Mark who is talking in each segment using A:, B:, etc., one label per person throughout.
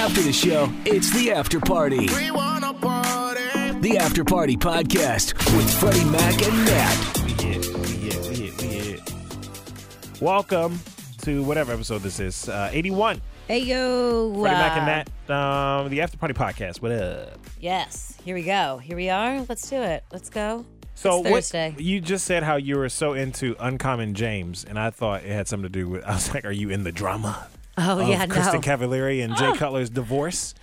A: After the show, it's the after party.
B: We wanna party.
A: The After Party Podcast with Freddie Mac and Matt.
C: We hit, we hit, we hit, we hit. Welcome to whatever episode this is, uh, 81.
D: Hey yo,
C: Freddie
D: uh,
C: Mac and Matt, um, the After Party Podcast. What up?
D: Yes, here we go. Here we are. Let's do it. Let's go. It's
C: what-
D: Thursday.
C: you just said how you were so into Uncommon James, and I thought it had something to do with. I was like, are you in the drama?
D: Oh
C: of
D: yeah,
C: Kristen
D: no. Ah.
C: Cavallari and Jay Cutler's divorce.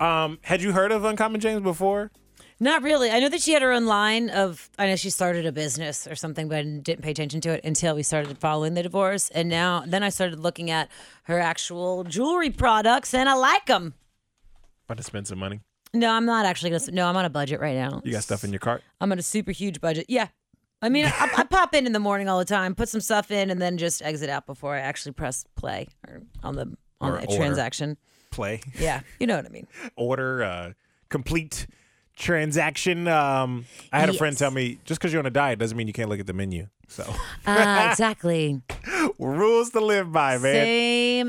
C: Um, had you heard of Uncommon James before?
D: Not really. I know that she had her own line of. I know she started a business or something, but I didn't pay attention to it until we started following the divorce. And now, then I started looking at her actual jewelry products, and I like them.
C: About to spend some money.
D: No, I'm not actually gonna. No, I'm on a budget right now.
C: You got stuff in your cart.
D: I'm on a super huge budget. Yeah. I mean, I, I pop in in the morning all the time, put some stuff in, and then just exit out before I actually press play or on the on
C: Or
D: the
C: order.
D: transaction.
C: Play,
D: Yeah, you know what I mean.
C: order, uh, complete transaction. Um, I had a friend
D: Yes.
C: tell me just because you're on a diet doesn't mean you can't look at the menu. So
D: Uh, exactly.
C: rules to live by, man.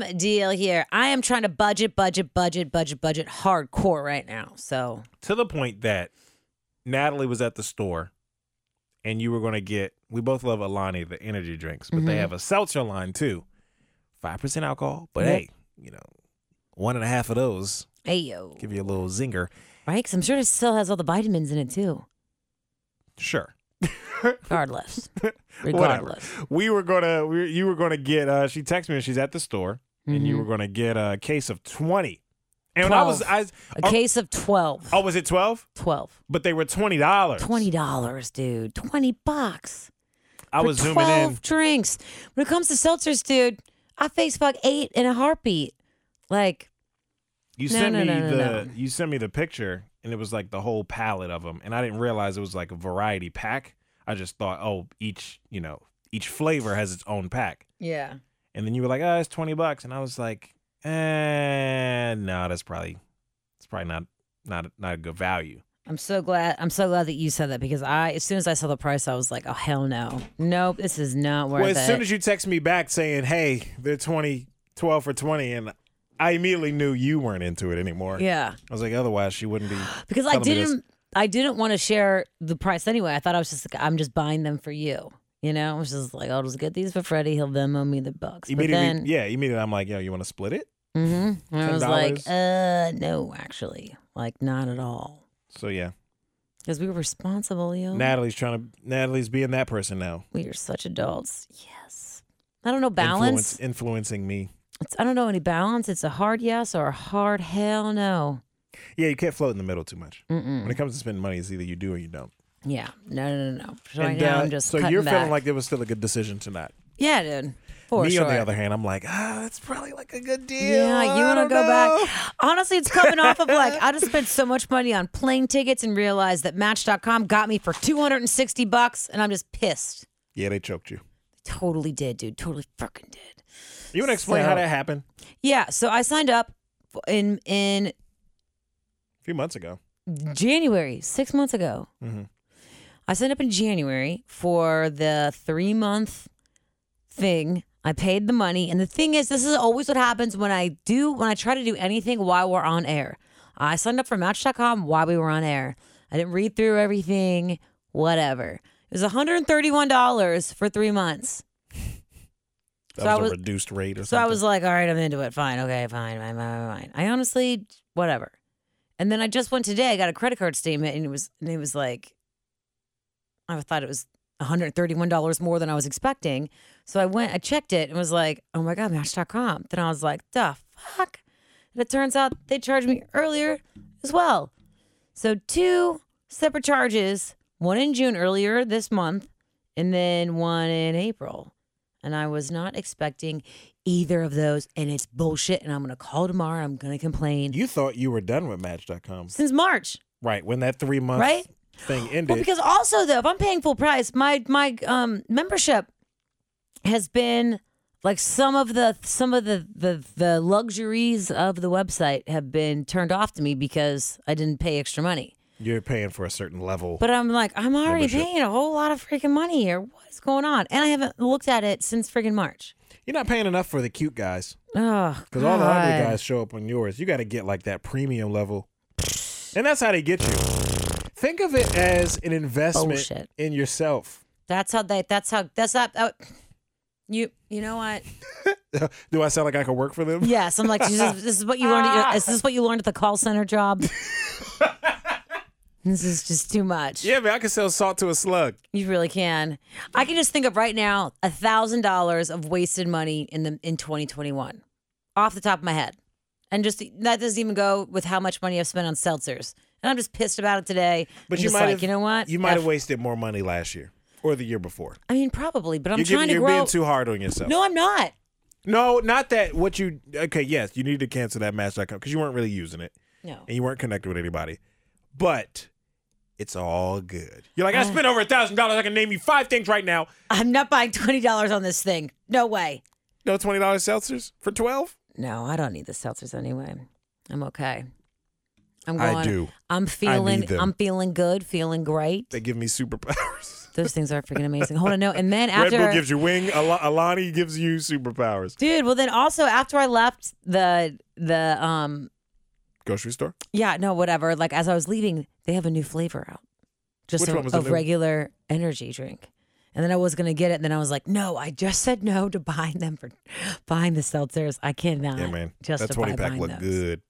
D: Same deal here. I am trying to budget, budget, budget, budget, budget hardcore right now. So
C: to the point that Natalie was at the store and you were going to get, we both love Alani, the energy drinks, but
D: Mm-hmm.
C: they have a seltzer line too. 5% alcohol, but
D: Yep.
C: hey, you know, one and a half of those
D: ayo.
C: give you a little zinger.
D: Right? Because I'm sure it still has all the vitamins in it too.
C: Sure.
D: Regardless.
C: Whatever.
D: Regardless.
C: We were going to, we, you were going to get, uh, she texted me and she's at the store and
D: Mm-hmm.
C: you were going to get a case of 20. And when I was, I,
D: Twelve. A case of 12.
C: oh, was it 12?
D: 12.
C: But they were $20.
D: $20, dude. 20 bucks.
C: I
D: for
C: was
D: 12
C: zooming in.
D: drinks. When it comes to seltzers, dude, I face fuck eight in a heartbeat. Like,
C: You
D: No,
C: sent
D: no,
C: me
D: no, no,
C: the
D: no.
C: you sent me the picture, and it was like the whole palette of them, and I didn't realize it was like a variety pack. I just thought, oh, each you know each flavor has its own pack,
D: yeah.
C: and then you were like, oh, it's twenty bucks, and I was like, eh, no, that's probably it's probably not not not a good value.
D: I'm so glad. I'm so glad that you said that because I, as soon as I saw the price, I was like, "Oh hell no, nope, this is not worth
C: well, as
D: it."
C: soon as you text me back saying, hey, they're 20, 12 for twenty, and I immediately knew you weren't into it anymore.
D: yeah,
C: I was like, otherwise she wouldn't be
D: because I
C: telling me this.
D: didn't, I didn't want to share the price anyway. I thought I was just, like, I'm just buying them for you. You know, I was just like, I'll just get these for Freddie. He'll Venmo me the bucks. But
C: Immediately,
D: then,
C: yeah, immediately, I'm like, yo, you want to split it?
D: mhm. And I was like,
C: $10.
D: uh, no, actually, like not at all,
C: So yeah,
D: because we were responsible, yo.
C: Natalie's trying to. Natalie's being that person now.
D: we are such adults. Yes, I don't know balance.
C: Influence, influencing me.
D: It's, I don't know any balance. It's a hard yes or a hard hell no.
C: Yeah, you can't float in the middle too much.
D: Mm-mm.
C: When it comes to spending money, it's either you do or you don't.
D: Yeah. No, no, no, no. So right
C: And,
D: now
C: uh,
D: I'm just
C: so
D: cutting
C: you're
D: back.
C: feeling like there was still a good decision to not.
D: yeah, dude. For
C: me
D: sure.
C: on the other hand, I'm like, ah, that's probably like a good deal.
D: yeah, you
C: want to
D: go back? Honestly, it's coming off of like I just spent so much money on plane tickets and realized that Match.com got me for 260 bucks, and I'm just pissed.
C: Yeah, they choked you.
D: Totally did, dude. Totally freaking did.
C: You want to explain
D: So-
C: how that happened
D: Yeah. So I signed up in in
C: a few months ago?
D: January, six months ago.
C: Mm-hmm.
D: I signed up in January for the three month thing. I paid the money. And the thing is, this is always what happens when I do, when I try to do anything while we're on air. I signed up for Match.com while we were on air. I didn't read through everything, whatever. It was $131 for three months.
C: That
D: So I
C: was,
D: was-
C: a reduced rate or
D: So
C: something.
D: I was like, all right, I'm into it. Fine. Okay, fine. Fine, fine, fine. fine. I honestly, whatever. And then I just went today. I got a credit card statement and it was, and it was like, I thought it was $131 more than I was expecting. So I went, I checked it and was like, oh my God, Match.com. Then I was like, the fuck? And it turns out they charged me earlier as well. So two separate charges, one in June earlier this month, and then one in April. And I was not expecting either of those. And it's bullshit. And I'm going to call tomorrow. I'm going to complain.
C: you thought you were done with Match.com,
D: Since March.
C: right? When that three month
D: Right?
C: thing ended,
D: Well, because also though, if I'm paying full price, my my um membership has been like some of the some of the the the luxuries of the website have been turned off to me because I didn't pay extra money.
C: you're paying for a certain level.
D: But I'm like, I'm already
C: Membership.
D: paying a whole lot of freaking money here. What is going on? And I haven't looked at it since freaking March.
C: You're not paying enough for the cute guys
D: Oh,
C: because all the ugly
D: God.
C: guys show up on yours. You got to get like that premium level, and that's how they get you. Think of it as an investment
D: Bullshit.
C: in yourself.
D: That's how they. That's how. That's not. Oh, you. You know what?
C: Do I sound like I could work for them?
D: Yes, I'm like this is, this is what you learned. At your, is this what you learned at the call center job? this is just too much.
C: Yeah, man, I can sell salt to a slug.
D: You really can. I can just think of right now a thousand dollars of wasted money in the in 2021, off the top of my head, and just that doesn't even go with how much money I've spent on seltzers. And I'm just pissed about it today.
C: But you
D: I'm just
C: might
D: like,
C: have,
D: you know what?
C: You might have
D: F-
C: wasted more money last year or the year before.
D: I mean, probably, but I'm
C: you're giving-
D: trying to
C: you're
D: grow.
C: being too hard on yourself.
D: no, I'm not.
C: No, not that. What you okay? Yes, you need to cancel that Match.com because you weren't really using it
D: No.
C: and you weren't connected with anybody. But it's all good. You're like, I spent over a thousand dollars. I can name you five things right now.
D: I'm not buying twenty dollars on this thing. No way.
C: No twenty dollars seltzers for twelve.
D: No, I don't need the seltzers anyway. I'm okay. I'm
C: I
D: going.
C: do.
D: I'm
C: need
D: feeling.
C: them.
D: I'm feeling good. Feeling great.
C: They give me superpowers.
D: Those things are freaking amazing. Hold on, no, and then
C: Red
D: after,
C: Bull gives you wing. Al- Alani gives you superpowers.
D: dude. Well, then also after I left the the um
C: Grocery store.
D: yeah no whatever like as I was leaving they have a new flavor out, just
C: Which one was
D: of,
C: the
D: of
C: new-
D: regular energy drink. And then I was gonna get it, and then I was like, "No, I just said no to buying them for buying the seltzers. I cannot."
C: Yeah, man.
D: Uh, Just
C: that twenty pack
D: looked
C: looked good.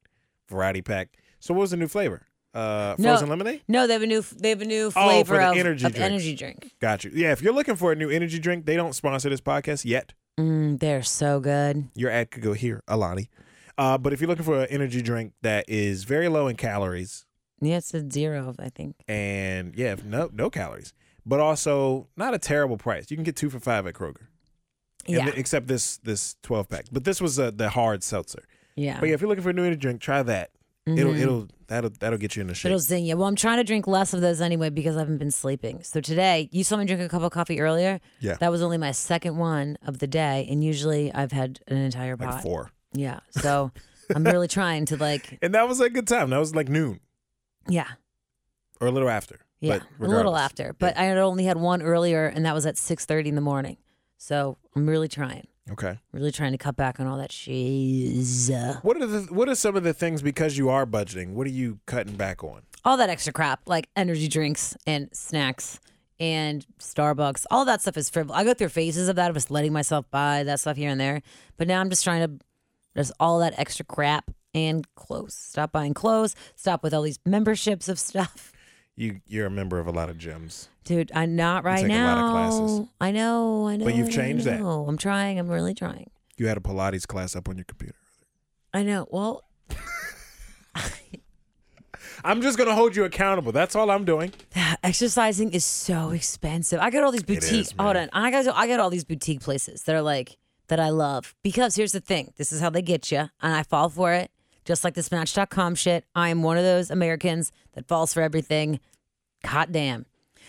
C: Variety pack. So what was the new flavor? Uh,
D: No.
C: frozen lemonade.
D: No, they have a new they have a new
C: Oh, for
D: flavor
C: the
D: of,
C: energy
D: of
C: drinks.
D: energy drink.
C: Got you. Yeah, if you're looking for a new energy drink, they don't sponsor this podcast yet.
D: Mm, they're so good.
C: Your ad could go here, Alani. Uh, but if you're looking for an energy drink that is very low in calories,
D: Yeah, it's a zero, I think.
C: and yeah, if no no calories, but also not a terrible price. You can get two for five at Kroger. And
D: Yeah,
C: th- except this this twelve pack, but this was uh, the hard seltzer.
D: yeah.
C: But yeah, if you're looking for a new energy drink, try that. It'll it'll that'll that'll get you in the shape.
D: Mm-hmm. It'll zing you. Well, I'm trying to drink less of those anyway because I haven't been sleeping. So today, you saw me drink a cup of coffee earlier.
C: Yeah.
D: that was only my second one of the day, and usually I've had an entire pot.
C: like four,
D: Yeah, so I'm really trying to like,
C: and that was a good time. That was like noon
D: yeah,
C: or a little after.
D: yeah,
C: but
D: a little
C: regardless.
D: after. But I had only had one earlier, and that was at 6:30 in the morning. So I'm really trying,
C: Okay.
D: really trying to cut back on all that cheese.
C: What are the what are some of the things because you are budgeting? What are you cutting back on?
D: all that extra crap like energy drinks and snacks and Starbucks, all that stuff is frivolous. I go through phases of that of just letting myself buy that stuff here and there, but now I'm just trying to there's all that extra crap and clothes. Stop buying clothes. Stop with all these memberships of stuff.
C: You you're a member of a lot of gyms.
D: Dude, I'm not right
C: take a
D: now.
C: lot of classes.
D: I know, I know.
C: But you've
D: I
C: changed that.
D: know. I'm trying. I'm really trying.
C: You had a Pilates class up on your computer.
D: I know. Well,
C: I'm just gonna hold you accountable. That's all I'm doing.
D: exercising is so expensive. I got all these
C: is,
D: boutique. hold on,
C: man.
D: I got I got all these boutique places that are like that I love because here's the thing: this is how they get you, and I fall for it. Just like this Match.com shit, I am one of those Americans that falls for everything. God damn,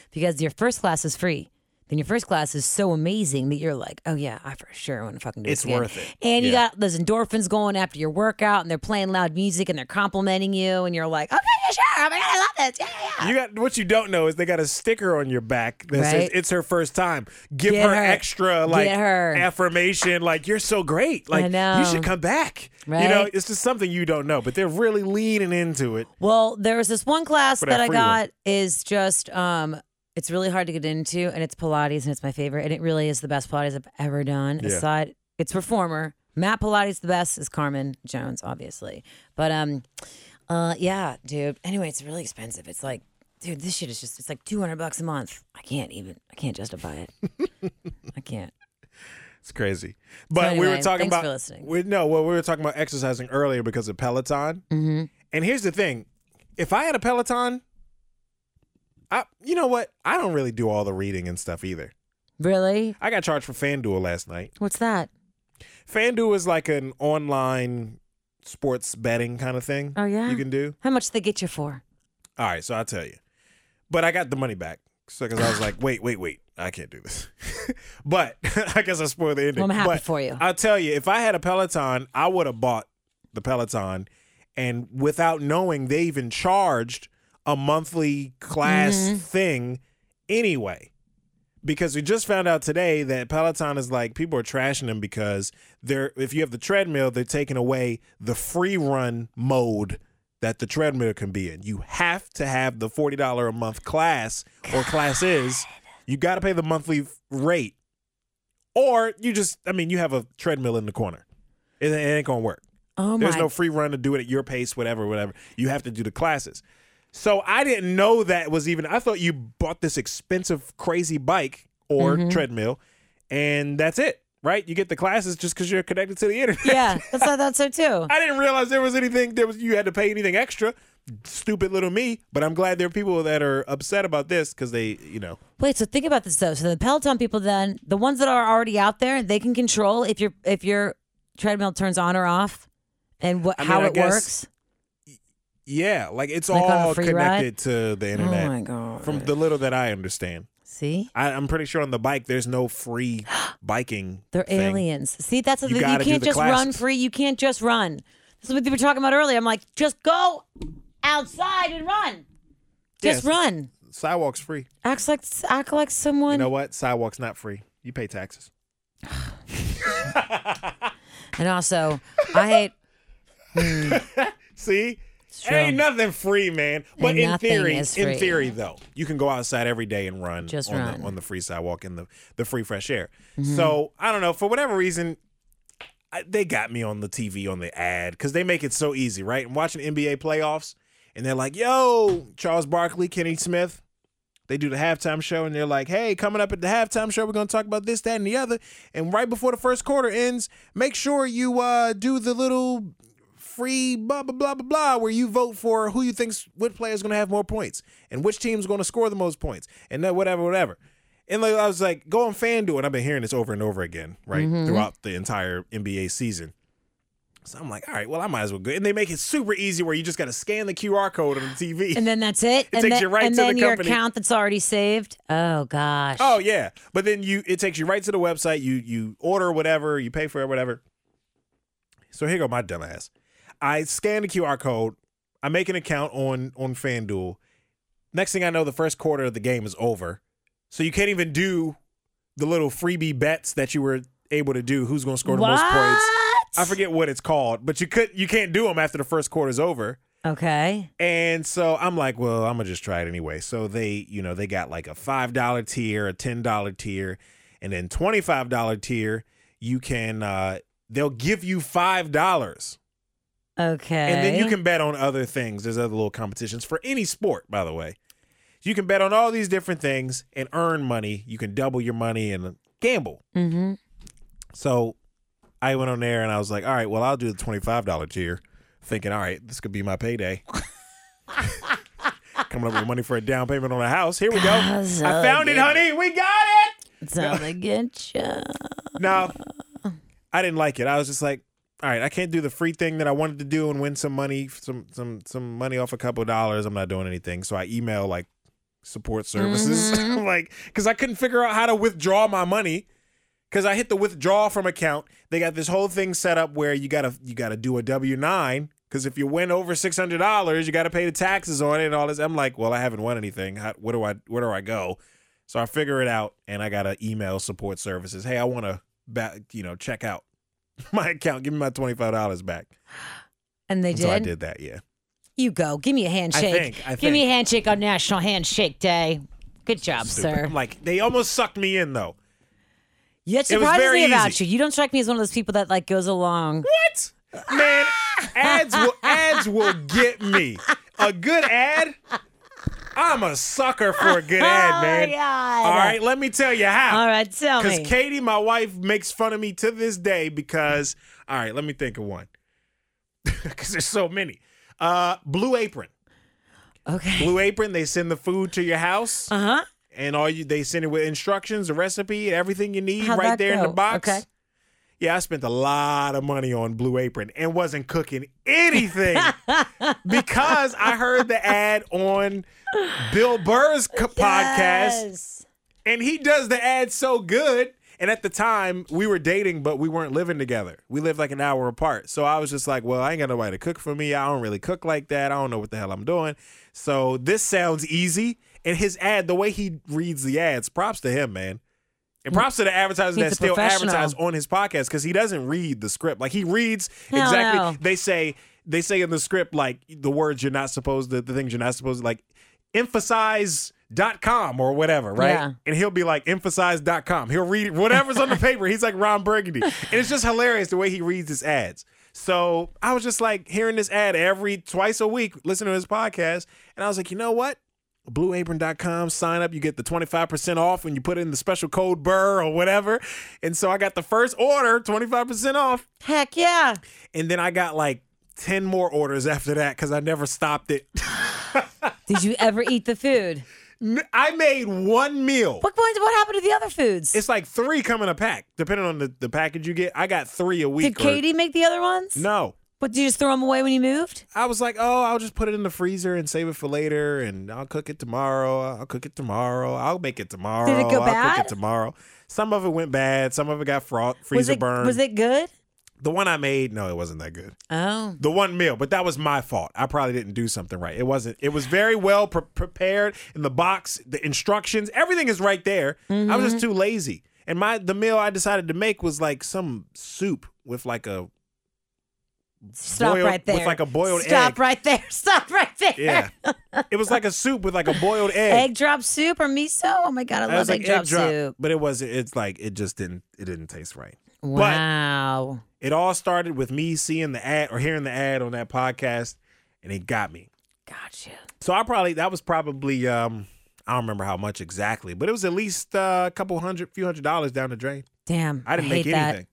D: because your first class is free. Then your first class is so amazing that you're like, oh yeah, I for sure want to fucking do
C: It's
D: this again.
C: worth it.
D: And you
C: Yeah.
D: got those endorphins going after your workout, and they're playing loud music, and they're complimenting you, and you're like, okay, yeah, sure, oh my god, I love this, yeah, yeah, yeah.
C: You got what you don't know is they got a sticker on your back that says
D: Right.
C: it's her first time. Give
D: Get
C: her,
D: her-
C: extra like
D: get her.
C: affirmation, like you're so great. Like you
D: know.
C: should come back. You know,
D: Right?
C: it's just something you don't know, but they're really leaning into it.
D: Well, there was this one class
C: For
D: that,
C: that
D: I
C: free one.
D: got is just um it's really hard to get into and it's Pilates and it's my favorite and it really is the best Pilates I've ever done.
C: Yeah.
D: Aside it's reformer. Matt Pilates the best is Carmen Jones, obviously. But um uh yeah, dude. Anyway, it's really expensive. It's like dude, this shit is just it's like two hundred bucks a month. I can't even I can't justify it. I can't.
C: It's crazy. But we were
D: anyway,
C: talking
D: thanks
C: about
D: for listening.
C: We, no, well, we were talking about exercising earlier because of Peloton. Mm-hmm. And here's the thing: if I had a Peloton, I, you know what? I don't really do all the reading and stuff either.
D: Really?
C: I got charged for FanDuel last night.
D: What's that?
C: FanDuel is like an online sports betting kind of thing.
D: Oh, yeah?
C: you can do.
D: How much they get you for?
C: All right, so I'll tell you. But I got the money back. So because I was like, wait, wait, wait, I can't do this. but I guess I spoiled the ending.
D: Well, I'm happy
C: But
D: for you.
C: I'll tell you, if I had a Peloton, I would have bought the Peloton, and without knowing, they even
D: Mm-hmm.
C: charged a monthly class thing anyway. because we just found out today that Peloton is like people are trashing them because they're if you have the treadmill, they're taking away the free run mode that the treadmill can be in. You have to have the forty dollar a month class or classes. You got to pay the monthly f- rate, or you just I mean you have a treadmill in the corner. It, it ain't gonna work.
D: Oh
C: There's
D: my
C: no free run to do it at your pace, whatever, whatever. You have to do the classes. So I didn't know that was even. I thought you bought this expensive, crazy bike or
D: Mm-hmm.
C: treadmill, and that's it, right? You get the classes just because you're connected to the internet.
D: Yeah, that's I thought so too.
C: I didn't realize there was anything there was you had to pay anything extra. Stupid little me, but I'm glad there are people that are upset about this because they, you know,
D: Wait, so think about this though. So the Peloton people then, the ones that are already out there, they can control if your if your treadmill turns on or off and what
C: I mean,
D: how
C: I
D: it
C: guess-
D: works.
C: yeah, like it's
D: Like on a
C: all
D: free ride? Oh
C: connected to the internet.
D: my God.
C: From the little that I understand.
D: See?
C: I, I'm pretty sure on the bike there's no free biking.
D: They're
C: thing.
D: aliens. See, that's the
C: You
D: thing. You
C: gotta do
D: can't
C: the
D: just run
C: classes.
D: free. You can't just run. This is what you were talking about earlier. I'm like, just go outside and run. Just
C: Yes.
D: run.
C: Sidewalk's free.
D: Act like act like someone.
C: You know what? Sidewalk's not free. You pay taxes.
D: And also, I hate.
C: See,
D: true.
C: ain't nothing free, man. But
D: And
C: in
D: nothing
C: theory,
D: is free.
C: in theory though, you can go outside every day and run
D: Just
C: on
D: run. Mm-hmm.
C: the on the free sidewalk in the the free fresh air. So I don't know for whatever reason. I, they got me on the TV on the ad because they make it so easy, right? I'm watching NBA playoffs, and they're like, "Yo, Charles Barkley, Kenny Smith, they do the halftime show and they're like, hey, coming up at the halftime show, we're gonna talk about this, that, and the other. And right before the first quarter ends, make sure you uh do the little free blah blah blah blah blah where you vote for who you think's what player's gonna have more points and which team's gonna score the most points and that whatever, whatever. And like I was like, go on FanDuel, and I've been hearing this over and over again, right? Throughout the entire NBA season. So I'm like, all right, well, I might as well go. And they make it super easy where you just gotta scan the QR code on the TV.
D: And then that's it. and
C: takes
D: then,
C: you right
D: and
C: to the
D: then your
C: company.
D: account that's already saved. Oh gosh.
C: Oh yeah, but then you it takes you right to the website. You you order whatever, you pay for it, whatever. So here go my dumbass. I scan the QR code. I make an account on on FanDuel. Next thing I know, the first quarter of the game is over, so you can't even do the little freebie bets that you were able to do. Who's going to score the
D: what?
C: most points? I forget what it's called, but you could you can't do them after the first quarter's over.
D: Okay.
C: And so I'm like, well, I'm gonna just try it anyway. So they, you know, they got like a five dollar tier, a ten dollar tier, and then twenty five dollar tier. You can, uh, they'll give you five dollars,
D: Okay.
C: and then you can bet on other things. There's other little competitions for any sport, by the way. You can bet on all these different things and earn money. You can double your money and gamble.
D: Mm-hmm.
C: So I went on there and I was like, all right, well, I'll do the $25 tier, thinking, all right, this could be my payday. Coming up with money for a down payment on a house. Here we go. I
D: Cause I
C: found it,
D: get-
C: honey. We got it.
D: It's out to get you.
C: No, I didn't like it. I was just like, all right, I can't do the free thing that I wanted to do and win some money, some some some money off a couple of dollars. I'm not doing anything. So I email like support services, I'm like because I couldn't figure out how to withdraw my money. Cause I hit the withdraw from account. They got this whole thing set up where you gotta you gotta do a W nine. Cause if you win over six hundred dollars, you gotta pay the taxes on it and all this. I'm like, well, I haven't won anything. How, where do I where do I go? So I figure it out, and I gotta email support services. Hey, I wanna back, you know, check out my account. Give me my twenty five dollars back.
D: And they
C: And
D: did.
C: So I did that. Yeah.
D: You go. Give me a handshake.
C: think- I
D: Give me a handshake on National Handshake Day. Good job, sir.
C: I'm like they almost sucked me in though.
D: Yet
C: It was
D: surprises
C: very
D: me about
C: easy.
D: you. You don't strike me as one of those people that like goes along.
C: What? Man, ads will ads will get me. A good ad? I'm a sucker for a good ad, man.
D: Oh, God.
C: All right, let me tell you how.
D: All right, tell
C: Because
D: me.
C: Katie, my wife, makes fun of me to this day because all right, let me think of one. Because there's so many. Uh, Blue Apron.
D: okay.
C: Blue Apron, they send the food to your house.
D: Uh huh.
C: and all you they send it with instructions, the recipe, and everything you need
D: How'd
C: right
D: that
C: there in the
D: go?
C: box.
D: Okay.
C: Yeah, I spent a lot of money on Blue Apron and wasn't cooking anything because I heard the ad on Bill Burr's co- podcast and he does the ad so good. And at the time, we were dating, but we weren't living together. We lived like an hour apart. So I was just like, well, I ain't got nobody to cook for me. I don't really cook like that. I don't know what the hell I'm doing. So this sounds easy. And his ad, the way he reads the ads, props to him, man. And props to the advertisers
D: He's
C: that
D: a
C: still
D: professional.
C: advertise on his podcast because he doesn't read the script. Like he reads
D: Hell
C: exactly.
D: no.
C: They say they say in the script like the words you're not supposed to, the things you're not supposed to like emphasize dot com or whatever, right?
D: Yeah.
C: And he'll be like emphasize dot com. He'll read whatever's on the paper. He's like Ron Burgundy. And it's just hilarious the way he reads his ads. So I was just like hearing this ad every twice a week, listening to his podcast. And I was like, you know what? blueapron.com sign up you get the 25% off when you put in the special code burr or whatever and so i got the first order 25% off
D: Heck yeah.
C: and then i got like 10 more orders after that because i never stopped it
D: Did you ever eat the food?
C: i made one meal
D: What what, what happened to the other foods?
C: it's like three come in a pack depending on the, the package you get i got three a week
D: Did
C: or-
D: Katie make the other ones?
C: no
D: What did you just throw them away when you moved?
C: I was like, oh, I'll just put it in the freezer and save it for later, and I'll cook it tomorrow. I'll cook it tomorrow. I'll make it tomorrow.
D: Did it go
C: I'll cook
D: bad?
C: it tomorrow. Some of it went bad. Some of it got fro-
D: was
C: freezer
D: it
C: burn.
D: was it good?
C: the one I made? No, it wasn't that good.
D: Oh.
C: The one meal, but that was my fault. I probably didn't do something right. It wasn't. It was very well pre- prepared in the box. The instructions, everything is right there. I was
D: Mm-hmm.
C: just too lazy, and my the meal I decided to make was like some soup with like a
D: Stop
C: Boiled-
D: right
C: with
D: there.
C: like a boiled
D: Stop
C: egg.
D: right there. Stop right there.
C: yeah. it was like a soup with like a boiled
D: Egg drop soup or miso? Oh my god, I
C: I was
D: love
C: like
D: egg drop
C: egg drop,
D: soup.
C: but it was not it's like it just didn't it didn't taste right.
D: Wow.
C: It all started with me seeing the ad or hearing the ad on that podcast and it got me.
D: Gotcha.
C: So I probably that was probably um I don't remember how much exactly, but it was at least uh, a couple hundred few hundred dollars down the drain.
D: Damn.
C: I didn't
D: hate
C: make
D: that.
C: anything.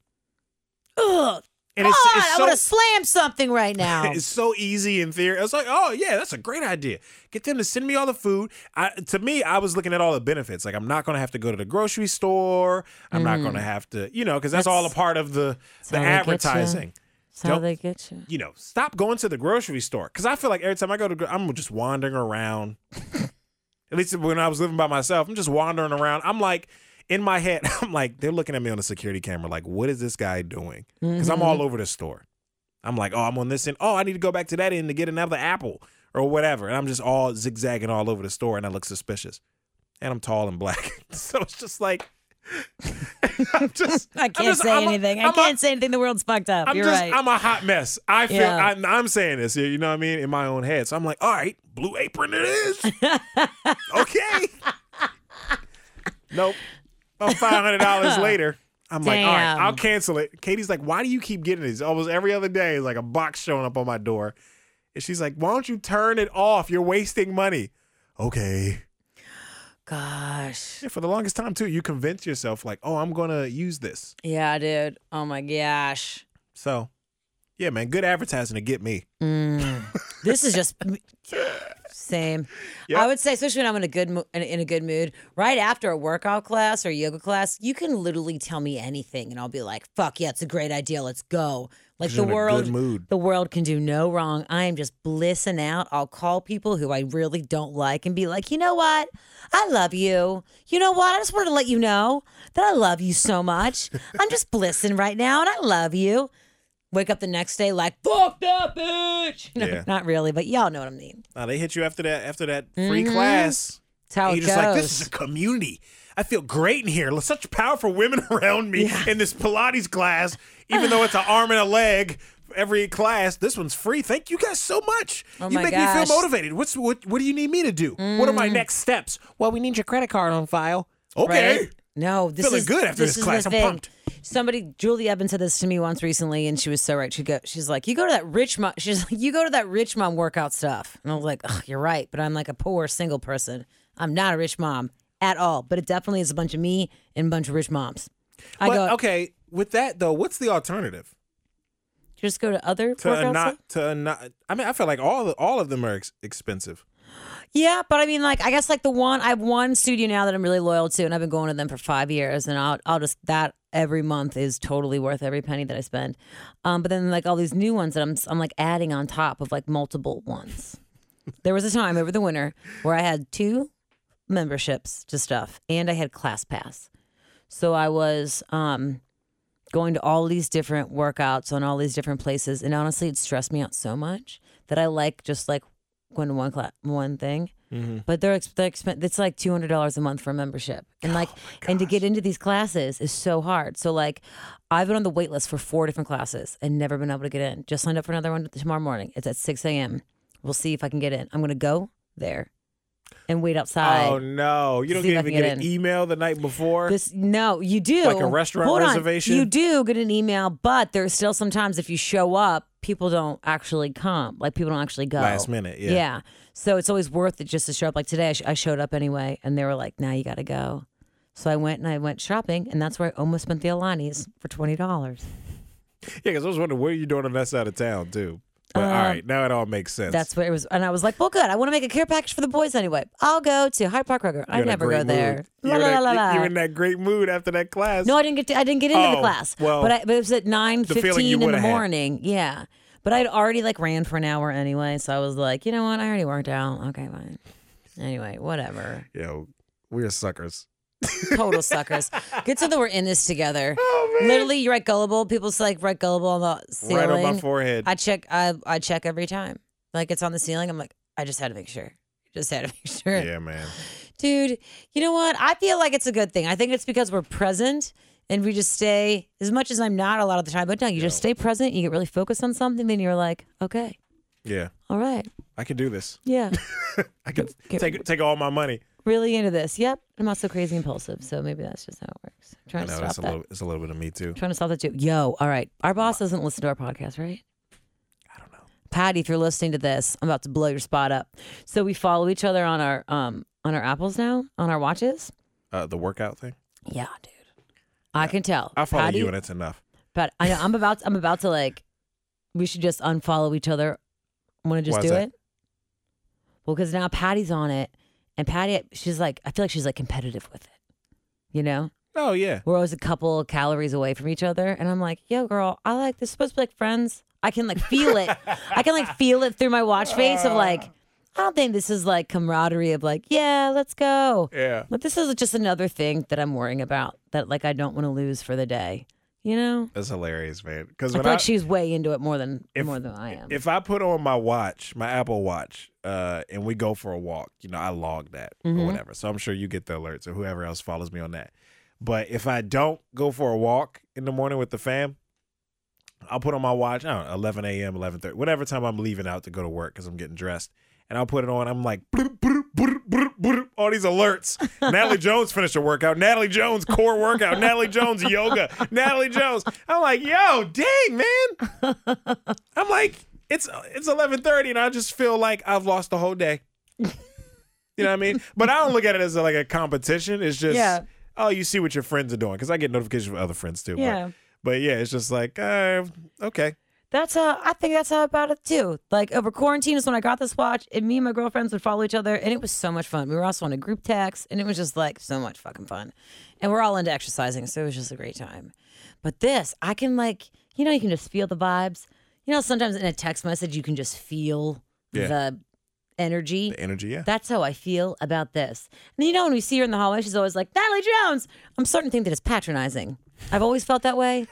D: Ugh.
C: And it's,
D: God,
C: it's
D: I
C: so
D: would have slammed something right now.
C: It's so easy in theory. I was like, oh yeah, that's a great idea. Get them to send me all the food. I, to me, I was looking at all the benefits. Like I'm not gonna have to go to the grocery store. I'm not gonna have to, you know, because that's, all a
D: Mm-hmm. That's-
C: part of the the
D: how they get you.
C: advertising.
D: That's how
C: don't-
D: they get you.
C: You know, stop going to the grocery store because I feel like every time I go to, gro- I'm just wandering around. at least when I was living by myself, I'm just wandering around. I'm like. In my head, I'm like, they're looking at me on the security camera, like, what is this guy doing? Because I'm all over the store. I'm like, oh, I'm on this end. Oh, I need to go back to that end to get another apple or whatever. And I'm just all zigzagging all over the store and I look suspicious. And I'm tall and black. so it's just like, I'm just,
D: I
C: I'm
D: can't
C: just-
D: say
C: I'm a-
D: anything. I
C: I'm a-
D: can't say anything. The world's fucked up.
C: I'm
D: You're
C: just,
D: right.
C: I'm a hot mess. I feel,
D: Yeah.
C: I'm, I'm saying this, you know what I mean? In my own head. So I'm like, all right, blue apron it is. okay. nope. About $500 later. I'm like, all right,
D: Damn.
C: I'll cancel it. Katie's like, why do you keep getting these? Almost every other day is like a box showing up on my door. And she's like, why don't you turn it off? You're wasting money. Okay.
D: Gosh.
C: Yeah, for the longest time, too, you convince yourself, like, oh, I'm going to use this.
D: Yeah, dude. Oh my gosh.
C: So, yeah, man, good advertising to get me.
D: This is just same.
C: Yep.
D: I would say, especially when I'm in a good mo- in in a good mood, right after a workout class or yoga class, you can literally tell me anything, and I'll be like, "Fuck yeah, it's a great idea. Let's go." Like
C: 'Cause you're
D: the
C: in a good
D: world,
C: mood.
D: the world can do no wrong. I am just blissing out. I'll call people who I really don't like and be like, "You know what? I love you. You know what? I just wanted to let you know that I love you so much. I'm just blissing right now, and I love you." Wake up the next day like, "Fuck that bitch." No,
C: Yeah.
D: not really, but y'all know what I mean.
C: Now they hit you after that after that free class.
D: That's how
C: and
D: it
C: you're
D: goes.
C: just like, this is a community. I feel great in here. Such powerful women around me in this Pilates class, even though it's an arm and a leg for every class. This one's free. Thank you guys so much.
D: Oh
C: you
D: my
C: make me
D: gosh.
C: feel motivated. What's what? What do you need me to do? What are my next steps? Well, we need your credit card on file. Okay.
D: Right? No, this
C: Feeling
D: is
C: good after this
D: is
C: class.
D: the
C: I'm
D: thing.
C: pumped.
D: Somebody, Julie Evans said this to me once recently, and she was so right. She go, she's like, you go to that rich mom. She's like, you go to that rich mom workout stuff, and I was like, Ugh, you're right, but I'm like a poor single person. I'm not a rich mom at all, but it definitely is a bunch of me and a bunch of rich moms. I
C: But,
D: go,
C: okay. With that though, what's the alternative?
D: just go to other
C: To
D: workout
C: a
D: stuff?
C: not to a not. I mean, I feel like all all of them are ex- expensive.
D: Yeah, but I mean, like, I guess like the one I have one studio now that I'm really loyal to, and I've been going to them for five years, and I'll I'll just that every month is totally worth every penny that I spend. Um, but then like all these new ones that I'm I'm like adding on top of like multiple ones. there was a time over the winter where I had two memberships to stuff, and I had Class Pass, so I was um going to all these different workouts on all these different places, and honestly, it stressed me out so much that I like just like going to one class, one thing But they're, ex- they're expen- it's like two hundred dollars a month for a membership, and like, and to get into these classes is so hard. So like, I've been on the wait list for four different classes and never been able to get in. Just signed up for another one tomorrow morning. It's at six a.m. We'll see if I can get in. I'm gonna go there and wait outside.
C: Oh no! You don't
D: See if I
C: even
D: can
C: get
D: get
C: an
D: in.
C: email the night before.
D: This no, you do
C: Like a restaurant
D: Hold on.
C: reservation?
D: You do get an email, but there's still sometimes if you show up, people don't actually come. Like people don't actually go
C: Last minute, yeah.
D: yeah. So it's always worth it just to show up. Like today, I, sh- I showed up anyway, and they were like, "Now you got to go." So I went and I went shopping, and that's where I almost spent the Alani's for twenty dollars.
C: yeah, because I was wondering what are you doing on that side of town too. But all right, now it all makes sense.
D: Um, That's where it was, and I was like, "Well, good. I want to make a care package for the boys anyway. I'll go to Hyde Park Ruger. I
C: You're in a
D: never
C: great
D: go there.
C: mood.
D: La
C: You're,
D: la
C: in
D: la
C: a-
D: la
C: you're
D: la."
C: in that great mood after that class.
D: No, I didn't get to, I didn't get into
C: Oh,
D: the class.
C: well,
D: but, I, but it was at nine
C: feeling you
D: fifteen in
C: woulda
D: the
C: had.
D: morning. Yeah, but I'd already like ran for an hour anyway, so I was like, you know what? I already worked out. Okay, fine. Anyway, whatever.
C: Yo, we're suckers.
D: Total suckers. Good so that we're in this together. Literally, you write gullible. People's like write gullible on the ceiling.
C: Oh, Right on my forehead.
D: I check. I I check every time. Like it's on the ceiling. I'm like, I just had to make sure. Just had to make sure.
C: yeah, man.
D: Dude, you know what? I feel like it's a good thing. I think it's because we're present and we just stay, as much as I'm not a lot of the time, but no, you just stay present. You get really focused on something, then you're like, okay,
C: Yeah,
D: all right,
C: I can do this.
D: yeah,
C: I can
D: Get-
C: take take all my money.
D: really into this. Yep. I'm also crazy impulsive. So maybe that's just how it works. I'm
C: I
D: trying to
C: know
D: stop
C: that's a
D: that.
C: little. It's a little bit of me too.
D: trying to stop that too. Yo, all right. Our boss doesn't listen to our podcast, right?
C: I don't know.
D: Patty, if you're listening to this, I'm about to blow your spot up. So we follow each other on our um on our apples now, on our watches.
C: Uh, the workout thing.
D: Yeah, dude. I can tell.
C: I follow
D: Patty-
C: you, and it's enough.
D: But I know I'm about I'm about to like we should just unfollow each other. Want to just
C: Why is
D: do
C: that?
D: it? Well, because now Patty's on it, and Patty, she's like, I feel like she's like competitive with it. You know,
C: Oh yeah.
D: we're always a couple of calories away from each other, and I'm like, yo, girl, I like this. is Supposed to be like friends. I can like feel it. I can like feel it through my watch face of like, I don't think this is like camaraderie of like, yeah, let's go.
C: Yeah.
D: But this is just another thing that I'm worrying about that like I don't want to lose for the day. You know.
C: That's hilarious, man. Because
D: I
C: when
D: feel
C: I,
D: like she's way into it more than
C: If-
D: more than I am.
C: if I put on my watch, my Apple Watch, uh, and we go for a walk, you know, I log that or whatever. So I'm sure you get the alerts or whoever else follows me on that. But if I don't go for a walk in the morning with the fam, I'll put on my watch. I don't know, 11 a.m., 11:30, whatever time I'm leaving out to go to work because I'm getting dressed, and I'll put it on. I'm like, bloop, bloop, bloop, bloop, bloop, all these alerts. Natalie Jones finished her workout. Natalie Jones core workout. Natalie Jones yoga. Natalie Jones. I'm like, yo, dang man. I'm like, it's it's 11:30, and I just feel like I've lost the whole day. You know what I mean? But I don't look at it as like a competition. It's just,
D: Yeah.
C: oh, you see what your friends are doing because I get notifications from other friends too. but-
D: Yeah.
C: but yeah, it's just like, uh, okay.
D: that's how I think that's how about it too. Like over quarantine is when I got this watch, and me and my girlfriends would follow each other, and it was so much fun. We were also on a group text, and it was just like so much fucking fun. And we're all into exercising, so it was just a great time. But this, I can like, you know, you can just feel the vibes. You know, sometimes in a text message, you can just feel
C: Yeah.
D: the energy.
C: The energy, yeah.
D: That's how I feel about this. And you know, when we see her in the hallway, she's always like, Natalie Jones. I'm starting to think that it's patronizing. I've always felt that way.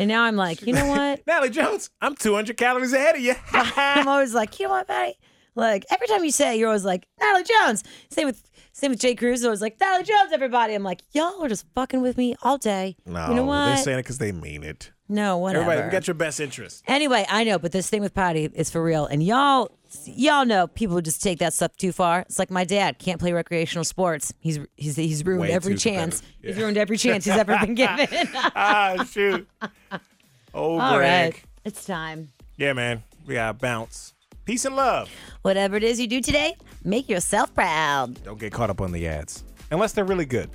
D: And now I'm like, you know what?
C: Natalie Jones, I'm 200 calories ahead of you.
D: I'm always like, you know what, Patty? Like every time you say, it, you're always like Natalie Jones. Same with same with Jay Cruz. Always like Natalie Jones. Everybody, I'm like, y'all are just fucking with me all day.
C: no,
D: you know what?
C: they're saying it because they mean it.
D: no, whatever.
C: Everybody, we got your best interest.
D: Anyway, I know, but this thing with Patty is for real, and y'all, y'all know people just take that stuff too far. It's like my dad can't play recreational sports. He's he's he's ruined
C: Way
D: every
C: too
D: chance.
C: competitive.
D: He's ruined every chance he's ever been given.
C: ah, shoot. Oh,
D: All
C: Greg.
D: right, it's time.
C: Yeah, man. We got to bounce. Peace and love.
D: Whatever it is you do today, make yourself proud.
C: Don't get caught up on the ads. Unless they're really good.